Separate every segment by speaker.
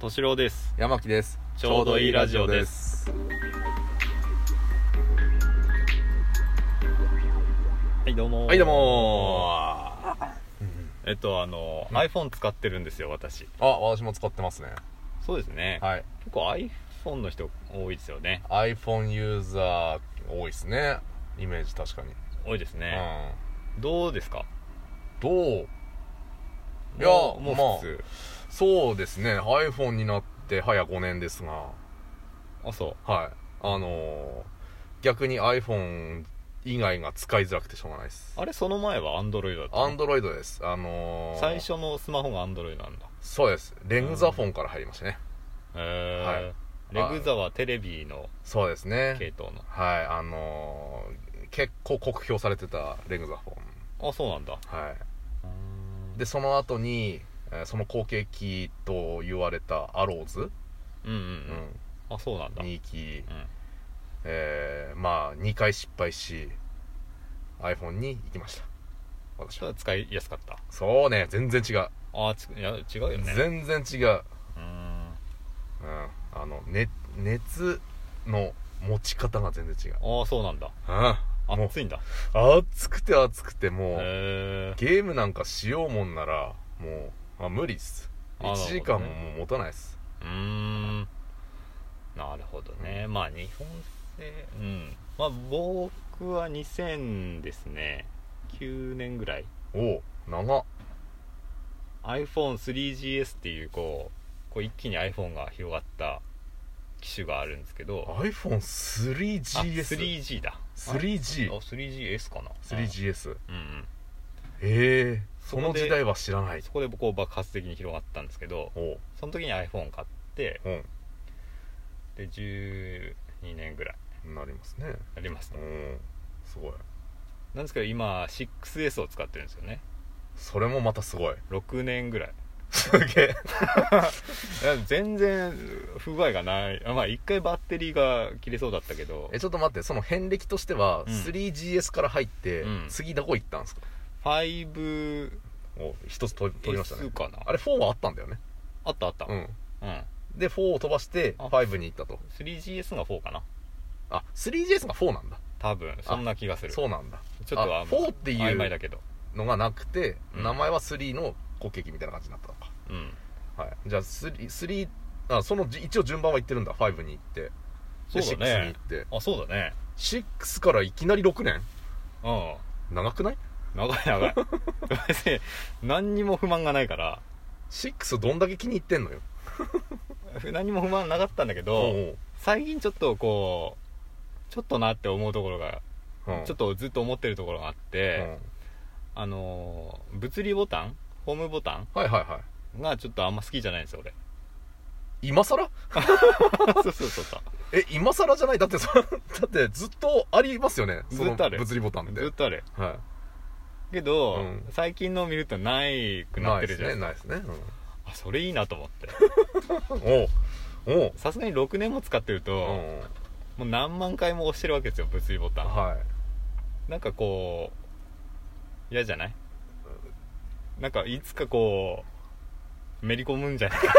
Speaker 1: 敏郎です
Speaker 2: 山木です
Speaker 1: ちょうどいいラジオですはいどうも
Speaker 2: はいどうもー
Speaker 1: えっとあの、
Speaker 2: うん
Speaker 1: iPhone 使ってるんですよ私
Speaker 2: あ私も使ってますね
Speaker 1: そうですね、
Speaker 2: はい
Speaker 1: 結構 iPhone の人多いですよね
Speaker 2: iPhone ユーザー多いですねイメージ確かに、
Speaker 1: 多いですね、どうですか
Speaker 2: うんどういや
Speaker 1: もうもう
Speaker 2: まあ
Speaker 1: 普通、
Speaker 2: そうですね iPhone になって早5年ですが
Speaker 1: あ、そ
Speaker 2: はいあのー逆に iPhone 以外が使いづらくてしょうがないです
Speaker 1: うあれその前は Android だったの
Speaker 2: Android ですあのー
Speaker 1: 最初のスマホが Android なんだ
Speaker 2: そうですレグザフォンから入りましたね
Speaker 1: へえ、
Speaker 2: はい
Speaker 1: レグザはテレビの
Speaker 2: そうですね
Speaker 1: 系統の
Speaker 2: はいあのー結構酷評されてたレグザフォン
Speaker 1: あそうなんだ
Speaker 2: はいでその後にえーその後継機と言われたアローズ、
Speaker 1: うんうん
Speaker 2: う
Speaker 1: うん、
Speaker 2: ん
Speaker 1: あそうなんだ、
Speaker 2: 2機
Speaker 1: う、ん
Speaker 2: えーまあ2回失敗し iPhone に行きました私
Speaker 1: それ
Speaker 2: は
Speaker 1: は使いやすかった
Speaker 2: そうね全然違う、
Speaker 1: あついや違うよね
Speaker 2: 全然違う、
Speaker 1: うーん
Speaker 2: うん、あの、ね、熱の持ち方が全然違う
Speaker 1: ああそうなんだ
Speaker 2: うんもう
Speaker 1: 熱いんだ
Speaker 2: 熱くて熱くてもう、
Speaker 1: へえ
Speaker 2: ゲームなんかしようもんならもう、あ、無理っす
Speaker 1: あなるほど
Speaker 2: 1
Speaker 1: ね
Speaker 2: 時間ももう持たないっす、
Speaker 1: うーんなるほどねまあ日本製うんまあ僕は2000ですね9年ぐらい
Speaker 2: おう長っ
Speaker 1: iPhone3GS っていうこうこう一気に iPhone が広がった機種があるんですけど
Speaker 2: iPhone3GS
Speaker 1: あ 3G だ
Speaker 2: 3G
Speaker 1: あ 3GS かな
Speaker 2: 3GS
Speaker 1: うんうん
Speaker 2: ええ
Speaker 1: そ
Speaker 2: そ
Speaker 1: こ
Speaker 2: の
Speaker 1: で
Speaker 2: 時代は知らない
Speaker 1: そこでこう爆発的に広がったんですけど
Speaker 2: おう
Speaker 1: その時に iPhone 買って
Speaker 2: う
Speaker 1: で12年ぐらい
Speaker 2: んなりますね
Speaker 1: あります
Speaker 2: う
Speaker 1: ね
Speaker 2: んすごい
Speaker 1: なんですけど今 6S を使ってるんですよね
Speaker 2: それもまたすごい
Speaker 1: 6年ぐらい
Speaker 2: すげえ
Speaker 1: いや全然不具合がないあまあ一回バッテリーが切れそうだったけど
Speaker 2: えちょっと待ってその遍歴として
Speaker 1: う
Speaker 2: は、
Speaker 1: ん
Speaker 2: 3GS から入って、
Speaker 1: うん
Speaker 2: 次どこ行ったんですか
Speaker 1: 5S
Speaker 2: お一つ取り取りましたね
Speaker 1: かな
Speaker 2: あれ4はあったんだよね
Speaker 1: あったあった
Speaker 2: うん
Speaker 1: うん
Speaker 2: で4を飛ばして
Speaker 1: あ
Speaker 2: 5に行ったと
Speaker 1: 3GS が4かな
Speaker 2: あ 3GS が4なんだ
Speaker 1: 多分そんな気がするちょ
Speaker 2: そうなんだ
Speaker 1: っとは
Speaker 2: あ4っていう
Speaker 1: 曖昧だけど
Speaker 2: のがなくて、
Speaker 1: うん
Speaker 2: 名前は3の後継機みたいな感じになったのか
Speaker 1: うん
Speaker 2: はいじゃあ33あそのじ一応順番は行ってるんだ5に行って
Speaker 1: そ
Speaker 2: で
Speaker 1: うだ
Speaker 2: 6に
Speaker 1: ね
Speaker 2: 行って
Speaker 1: あそうだね
Speaker 2: 6からいきなり6年
Speaker 1: うん
Speaker 2: 長くない
Speaker 1: 長い 長い別に何にも不満がないから
Speaker 2: ?6 どんだけ気に入ってんのよ
Speaker 1: 何にも不満なかったんだけ
Speaker 2: お
Speaker 1: ど
Speaker 2: う
Speaker 1: 最近ちょっとこうちょっとなって思うところが
Speaker 2: おううん
Speaker 1: ちょっとずっと思ってるところがあっ
Speaker 2: う
Speaker 1: て
Speaker 2: ん
Speaker 1: あのー物理ボタンホームボタ
Speaker 2: はいはいは
Speaker 1: ンがちょっとあんま好きじゃないんですよ 俺
Speaker 2: い今更
Speaker 1: そうそうそうそう
Speaker 2: え今更じゃないだってそ だってずっとありますよねそ
Speaker 1: ず
Speaker 2: の
Speaker 1: っとある
Speaker 2: 物理ボタンって
Speaker 1: ずっとあれ
Speaker 2: は
Speaker 1: けど、
Speaker 2: うん
Speaker 1: 最近の見るとない
Speaker 2: い
Speaker 1: くなっ
Speaker 2: ない
Speaker 1: て
Speaker 2: で
Speaker 1: る
Speaker 2: す
Speaker 1: じゃな
Speaker 2: ね
Speaker 1: いですか
Speaker 2: ないですね、うん
Speaker 1: あそれいいなと思って
Speaker 2: おうおう
Speaker 1: さすがに6年も使ってると、
Speaker 2: うん
Speaker 1: もう何万回も押してるわけですよ物理ボタン、
Speaker 2: は
Speaker 1: なんかこう嫌じゃないなんかいつかこうめり込むんじゃないか
Speaker 2: い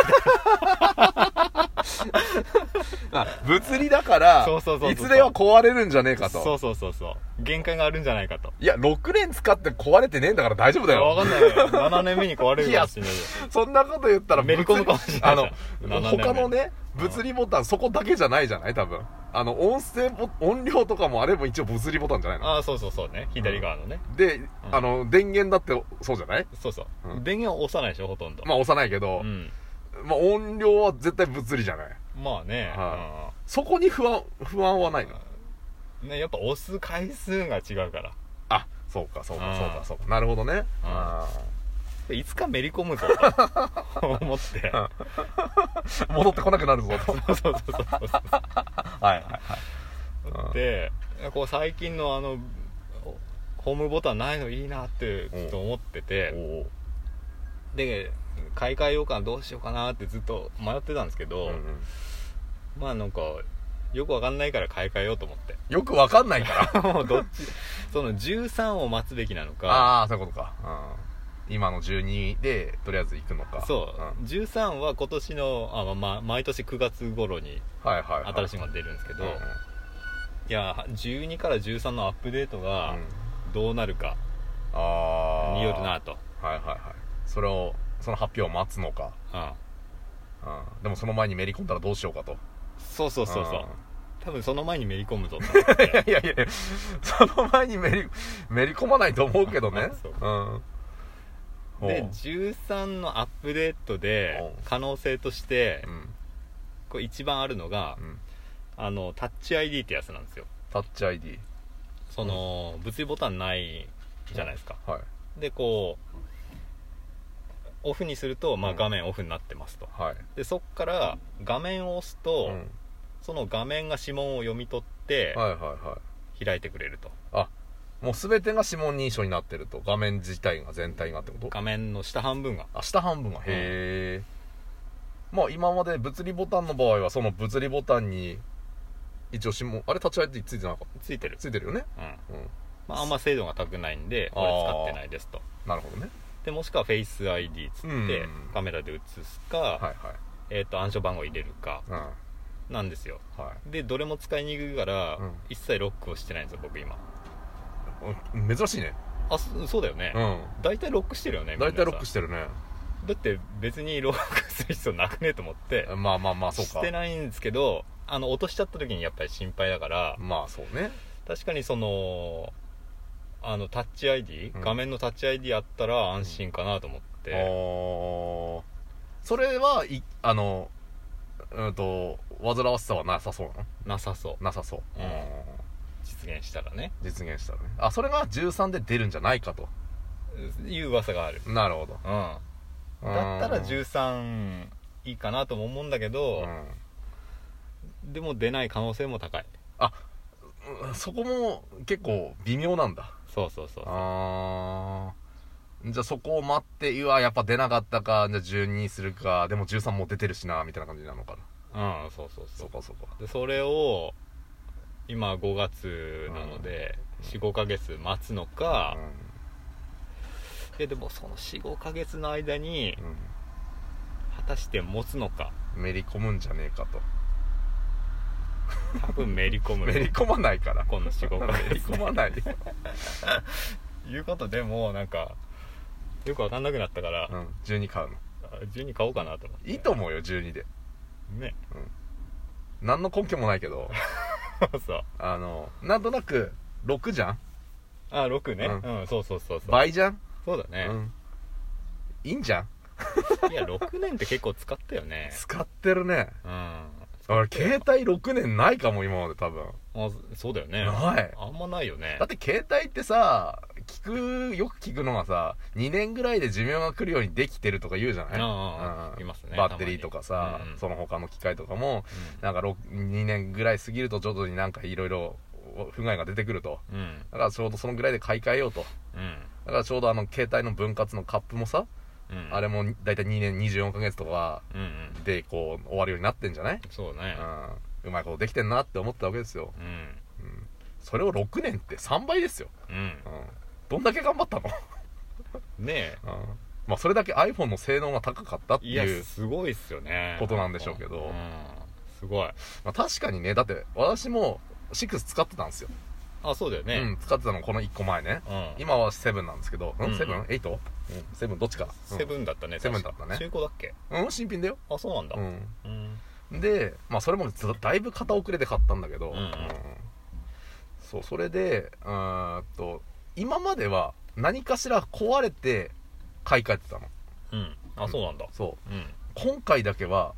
Speaker 2: あ物理だから
Speaker 1: そうそうそうそう
Speaker 2: いつでは壊れるんじゃねえかと
Speaker 1: そうそうそうそう限界があるんじゃないかと
Speaker 2: いや6年使って壊れてねえんだから大丈夫だ
Speaker 1: わ
Speaker 2: よ
Speaker 1: かんない7年目に壊れるかもしれ ないよ
Speaker 2: そんなこと言ったら
Speaker 1: めり込むかもしれないじゃん
Speaker 2: 物理あの
Speaker 1: 7年目
Speaker 2: 他のね物理ボタンそこだけじゃないじゃない多分あの音声ボ音量とかもあれも一応物理ボタンじゃないの
Speaker 1: ああそうそうそうね左側のね、
Speaker 2: で、
Speaker 1: うん
Speaker 2: あの電源だってそうじゃない
Speaker 1: そうそう、
Speaker 2: うん
Speaker 1: 電源は押さないでしょほとんど
Speaker 2: まあ押さないけ
Speaker 1: あ
Speaker 2: ど、
Speaker 1: うん、
Speaker 2: まあ、音量は絶対物理じゃない
Speaker 1: まあね,、
Speaker 2: はそこに不安不安はないの
Speaker 1: うん、ねやっぱ押す回数が違うから
Speaker 2: あそうかそう
Speaker 1: う
Speaker 2: か
Speaker 1: ん
Speaker 2: そうかそうかなるほどねあ
Speaker 1: でいつかめり込む ぞと思って
Speaker 2: ー戻ってこなくなるぞとはい
Speaker 1: そうそうそうそうそう
Speaker 2: はいはい
Speaker 1: でこう最近のあのホームボタンないのいいなってずっと思ってて
Speaker 2: お
Speaker 1: で買い替えようかなどうしようかなってずっと迷ってたんですけど、
Speaker 2: お、うんうん
Speaker 1: まあなんかよくわかんないから買い替えようと思って
Speaker 2: よくわかんないから
Speaker 1: もうどっちその13を待つべきなのか
Speaker 2: ああそういうことか今の12でとりあえず行くのか
Speaker 1: そう、
Speaker 2: ん
Speaker 1: 13は今年のあ、まあまあ、毎年9月頃に
Speaker 2: はいはい、はい、
Speaker 1: 新しい
Speaker 2: い
Speaker 1: のが出るんですけど、いや12から13のアップデートがどうなるか
Speaker 2: ああ
Speaker 1: によるなと、
Speaker 2: はいはいはいそれをその発表を待つのか、
Speaker 1: うん、
Speaker 2: うん、でもその前にめり込んだらどうしようかと
Speaker 1: そうそうそうそう、
Speaker 2: ん
Speaker 1: 多分その前にめり込む ぞと思って
Speaker 2: いやいやいやその前にめりめり込まないと思うけどね
Speaker 1: あ そう
Speaker 2: うん
Speaker 1: で
Speaker 2: ほ
Speaker 1: 13のアップデートで
Speaker 2: おう
Speaker 1: 可能性として
Speaker 2: ううん
Speaker 1: こう一番あるのが
Speaker 2: うん
Speaker 1: あのタッチ ID ってやつなんですよ
Speaker 2: タッチ ID
Speaker 1: その物理ボタンないじゃないですか
Speaker 2: はい
Speaker 1: でこうオフにすると、まあ、
Speaker 2: うん
Speaker 1: 画面オフになってますと
Speaker 2: はい
Speaker 1: でそっから画面を押すと、
Speaker 2: うん
Speaker 1: その画面が指紋を読み取って
Speaker 2: はいはいはい
Speaker 1: 開いてくれると
Speaker 2: もう全てが指紋認証になってると画面自体が全体がってこと
Speaker 1: 画面の下半分が
Speaker 2: あ下半分がへえ、まあ今まで物理ボタンの場合はその物理ボタンに一応指紋あれタッチ ID ついてなかった
Speaker 1: ついてる、
Speaker 2: ついてるよね
Speaker 1: うん
Speaker 2: うん
Speaker 1: まあ、あんま精度が高くないんでこれ使ってないですと
Speaker 2: なるほどね
Speaker 1: でもしくはフェイス ID つっ
Speaker 2: うん
Speaker 1: てカメラで写すか、
Speaker 2: はいはい
Speaker 1: えー、と暗証番号入れるか
Speaker 2: うん
Speaker 1: なんですよ
Speaker 2: はい
Speaker 1: でどれも使いにくいから、
Speaker 2: うん
Speaker 1: 一切ロックをしてないんですよ僕今
Speaker 2: うん珍しいね
Speaker 1: あそそうだよね、
Speaker 2: うん
Speaker 1: 大体ロックしてるよね
Speaker 2: 大体ロック
Speaker 1: し
Speaker 2: してるね
Speaker 1: だって別にロックする必要なくねと思って
Speaker 2: まあまあまあそう
Speaker 1: し
Speaker 2: か
Speaker 1: てないんですけどあの落としちゃった時にやっぱり心配だから、
Speaker 2: まあそうね
Speaker 1: 確かにそのあのタッチ ID、
Speaker 2: うん
Speaker 1: 画面のタッチ ID あったら安心かなと思っ
Speaker 2: あ
Speaker 1: て、
Speaker 2: ーそれはいあのうんと煩わしさはなさそうなの
Speaker 1: なさそう
Speaker 2: なさそう、
Speaker 1: うん実現したらね
Speaker 2: 実現したらねあそれが13で出るんじゃないかと
Speaker 1: いう噂がある、
Speaker 2: なるほど
Speaker 1: うん、だったら13いいかなとも思うんだけど、でも出ない可能性も高い
Speaker 2: うんうんそこも結構微妙なんだ
Speaker 1: そうそうそう
Speaker 2: あーじゃあそこを待ってうわやっぱ出なかったかじゃあ12にするかでも13もう出てるしなみたいな感じなのかな
Speaker 1: うんそうそうそ
Speaker 2: そううかそうか
Speaker 1: でそれを今5月なので45ヶ月待つのか、ででもその45ヶ月の間に
Speaker 2: うん
Speaker 1: 果たして持つのか
Speaker 2: うんめり込むんじゃねえかと
Speaker 1: 多分めり込む
Speaker 2: めり込まないから
Speaker 1: この45ヶ
Speaker 2: めり
Speaker 1: 月
Speaker 2: 込まない、
Speaker 1: いうことでもうなんかよくわかんなくなったから、
Speaker 2: うん、12買うの
Speaker 1: 12買おうかなと思って
Speaker 2: いいと思うよ12で
Speaker 1: ね
Speaker 2: 何の根拠もないけど
Speaker 1: そう
Speaker 2: あのなんとなく6じゃん
Speaker 1: あ6ねう、
Speaker 2: うん
Speaker 1: そうそうそうそう
Speaker 2: 倍じゃん、
Speaker 1: そうだね
Speaker 2: う、ん、いいんじゃん
Speaker 1: いや6年って結構使ったよね
Speaker 2: 使ってるね
Speaker 1: うん
Speaker 2: 俺携帯6年ないかも今まで多分
Speaker 1: あそうだよね
Speaker 2: ない
Speaker 1: あんまないよね
Speaker 2: だって携帯ってさ聞くよく聞くのがさ2年ぐらいで寿命が来るようにできてるとか言うじゃない
Speaker 1: うんうんうん
Speaker 2: うん
Speaker 1: いますね
Speaker 2: バッテリーとかさ
Speaker 1: たま、にうんうん
Speaker 2: その他の機械とかも
Speaker 1: う
Speaker 2: なんかろく2年ぐらい過ぎると徐々になんかいろいろ不具合が出てくると
Speaker 1: んうん
Speaker 2: だからちょうどそのぐらいで買い替えようと
Speaker 1: うん
Speaker 2: だからちょうどあの携帯の分割のカップもさ、
Speaker 1: うん
Speaker 2: あれも大体2年24ヶ月とか
Speaker 1: うんうん
Speaker 2: でこう終わるようになってんじゃない、
Speaker 1: そうね
Speaker 2: うん、うまいことできてんなって思ったわけですよ、
Speaker 1: うん
Speaker 2: うん、それを6年って3倍ですよ、
Speaker 1: うん
Speaker 2: うん、どんだけ頑張ったの、
Speaker 1: ね
Speaker 2: うんまあ、それだけ iPhone の性能が高かったって
Speaker 1: え
Speaker 2: い
Speaker 1: いや
Speaker 2: う
Speaker 1: すごいっすよね
Speaker 2: ことなんでしょうけど
Speaker 1: んすごい
Speaker 2: まあ、確かにねだって私も6使ってたんですよ、
Speaker 1: あそうだよね
Speaker 2: うん、使ってたのこの1個前ね
Speaker 1: うん
Speaker 2: 今は7なんですけど、うん
Speaker 1: うん
Speaker 2: 7?8?7、7どっちか、うん、
Speaker 1: セブンだったね
Speaker 2: セブン
Speaker 1: 確か
Speaker 2: だったね
Speaker 1: 中古だっけ
Speaker 2: うん新品だよ、
Speaker 1: あそうなんだ
Speaker 2: うん、
Speaker 1: うん
Speaker 2: で、まあ、それもずだいぶ片遅れで買ったんだけど、
Speaker 1: うん
Speaker 2: そうそれでうーんと今までは何かしら壊れて買い替えてたの
Speaker 1: うんあそうなんだ
Speaker 2: そう
Speaker 1: うん
Speaker 2: 今回だけは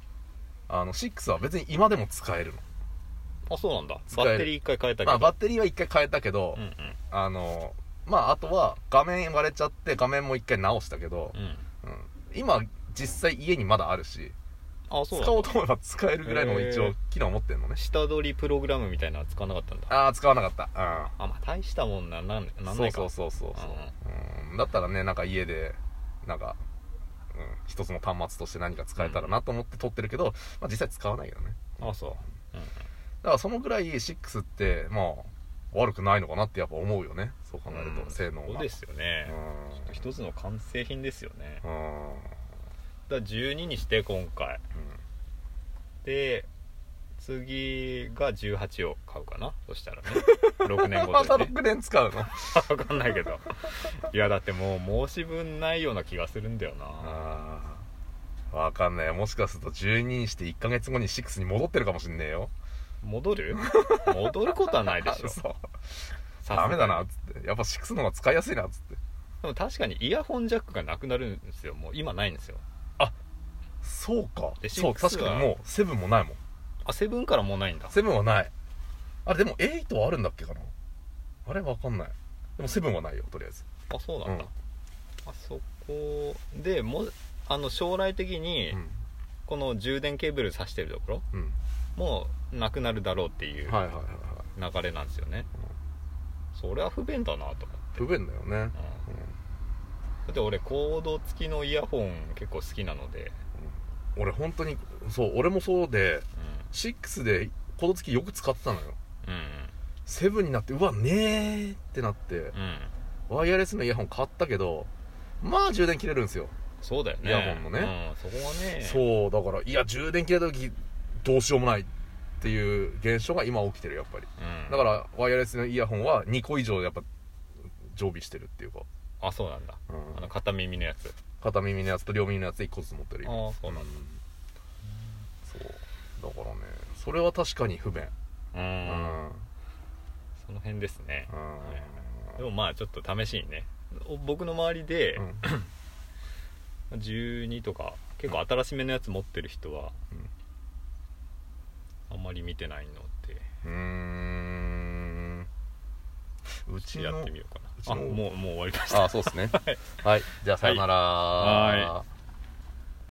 Speaker 2: あの6は別に今でも使えるの
Speaker 1: あそうなんだ
Speaker 2: 使
Speaker 1: バ
Speaker 2: える
Speaker 1: ッテリー一回変えたけ
Speaker 2: まあ、
Speaker 1: ど
Speaker 2: バッテリーは1回変えたけど、
Speaker 1: うんうん
Speaker 2: あのまああとは画面割れちゃって画面も1回直したけど
Speaker 1: う、ん
Speaker 2: うん今実際家にまだあるし
Speaker 1: あそ
Speaker 2: 使
Speaker 1: うな
Speaker 2: おうん
Speaker 1: だ
Speaker 2: と思えば使えるぐらいの一
Speaker 1: へ
Speaker 2: 応
Speaker 1: ー
Speaker 2: 機能持ってんのね
Speaker 1: 下取りプログラムみたいなのは使わなかったんだ
Speaker 2: ああ使わなかったうん
Speaker 1: あまあ大したもんなんなんなん
Speaker 2: そ
Speaker 1: な
Speaker 2: う
Speaker 1: い
Speaker 2: そ
Speaker 1: か
Speaker 2: うそうそうそう、うん、だったらねなんか家でなんか、うん、一つの端末として何か使えたらなと思って撮ってるけど、まあ、実際使わないけどね
Speaker 1: あそう
Speaker 2: だからそのぐらい6ってまあ悪くないのかなってやっぱ思うよねそう考えると、
Speaker 1: うん
Speaker 2: 性能が
Speaker 1: そうですよね、
Speaker 2: うん
Speaker 1: ちょっと一つの完成品ですよね、
Speaker 2: うんうん
Speaker 1: だから12にして今回で次が18を買うかなそ したらね6年後
Speaker 2: ま
Speaker 1: と
Speaker 2: た
Speaker 1: にね
Speaker 2: 6年使うの
Speaker 1: 分かんないけどいやだってもう申し分ないような気がするんだよな
Speaker 2: あーわかんないもしかすると12にして1ヶ月後に6に戻ってるかもしんねえよ
Speaker 1: 戻 る戻ることはないでしょさ
Speaker 2: そう
Speaker 1: すが
Speaker 2: ダ
Speaker 1: に
Speaker 2: メだなっつってやっぱ6の方が使いやすいなっつって
Speaker 1: でも確かにイヤホンジャックがなくなるんですよもう今ないんですよ
Speaker 2: そうか
Speaker 1: で
Speaker 2: そう
Speaker 1: 6は
Speaker 2: 確かにもう7もないもん
Speaker 1: あセブンからもうないんだ
Speaker 2: 7はないあれでも8はあるんだっけかなあれわかんないでも7はないよとりあえず
Speaker 1: あそうなんだ、
Speaker 2: うん
Speaker 1: あそこでもあの将来的に
Speaker 2: うん
Speaker 1: この充電ケーブル挿してるところ
Speaker 2: うん
Speaker 1: もうなくなるだろうっていう
Speaker 2: はいはいはいはい
Speaker 1: 流れなんですよね、それは不便だなと思って、
Speaker 2: 不便だよね
Speaker 1: うん
Speaker 2: うん
Speaker 1: だって俺コード付きのイヤホン結構好きなので、
Speaker 2: 俺本当にそう俺もそうで6でコード付きよく使ってたのよ
Speaker 1: うん、
Speaker 2: 7になってうわねえってなって
Speaker 1: うんうん
Speaker 2: ワイヤレスのイヤホン買ったけどまあ充電切れるんですよ
Speaker 1: そうだよね
Speaker 2: イヤホンのね、
Speaker 1: うん、そこはね
Speaker 2: そうだからいや充電切れた時どうしようもないっていう現象が今起きてるやっぱり
Speaker 1: うん、
Speaker 2: だからワイヤレスのイヤホンは2個以上やっぱ常備してるっていうか、
Speaker 1: あそうなんだ
Speaker 2: う
Speaker 1: あの
Speaker 2: ん、
Speaker 1: 片耳のやつ
Speaker 2: 片耳のやつと両耳のやつ1個ずつ持ってる今
Speaker 1: ああそうなんだ
Speaker 2: そうだからねそれは確かに不便
Speaker 1: うん、
Speaker 2: うん、うん
Speaker 1: その辺ですね、でもまあちょっと試しにねお僕の周りで
Speaker 2: うん
Speaker 1: 12とか結構新しめのやつ持ってる人はあんまり見てないので
Speaker 2: うーんうち
Speaker 1: や
Speaker 2: の
Speaker 1: ってみようか
Speaker 2: うち
Speaker 1: な
Speaker 2: の
Speaker 1: あもうもう終わりました
Speaker 2: あそうですねはい、じゃあさよなら
Speaker 1: はい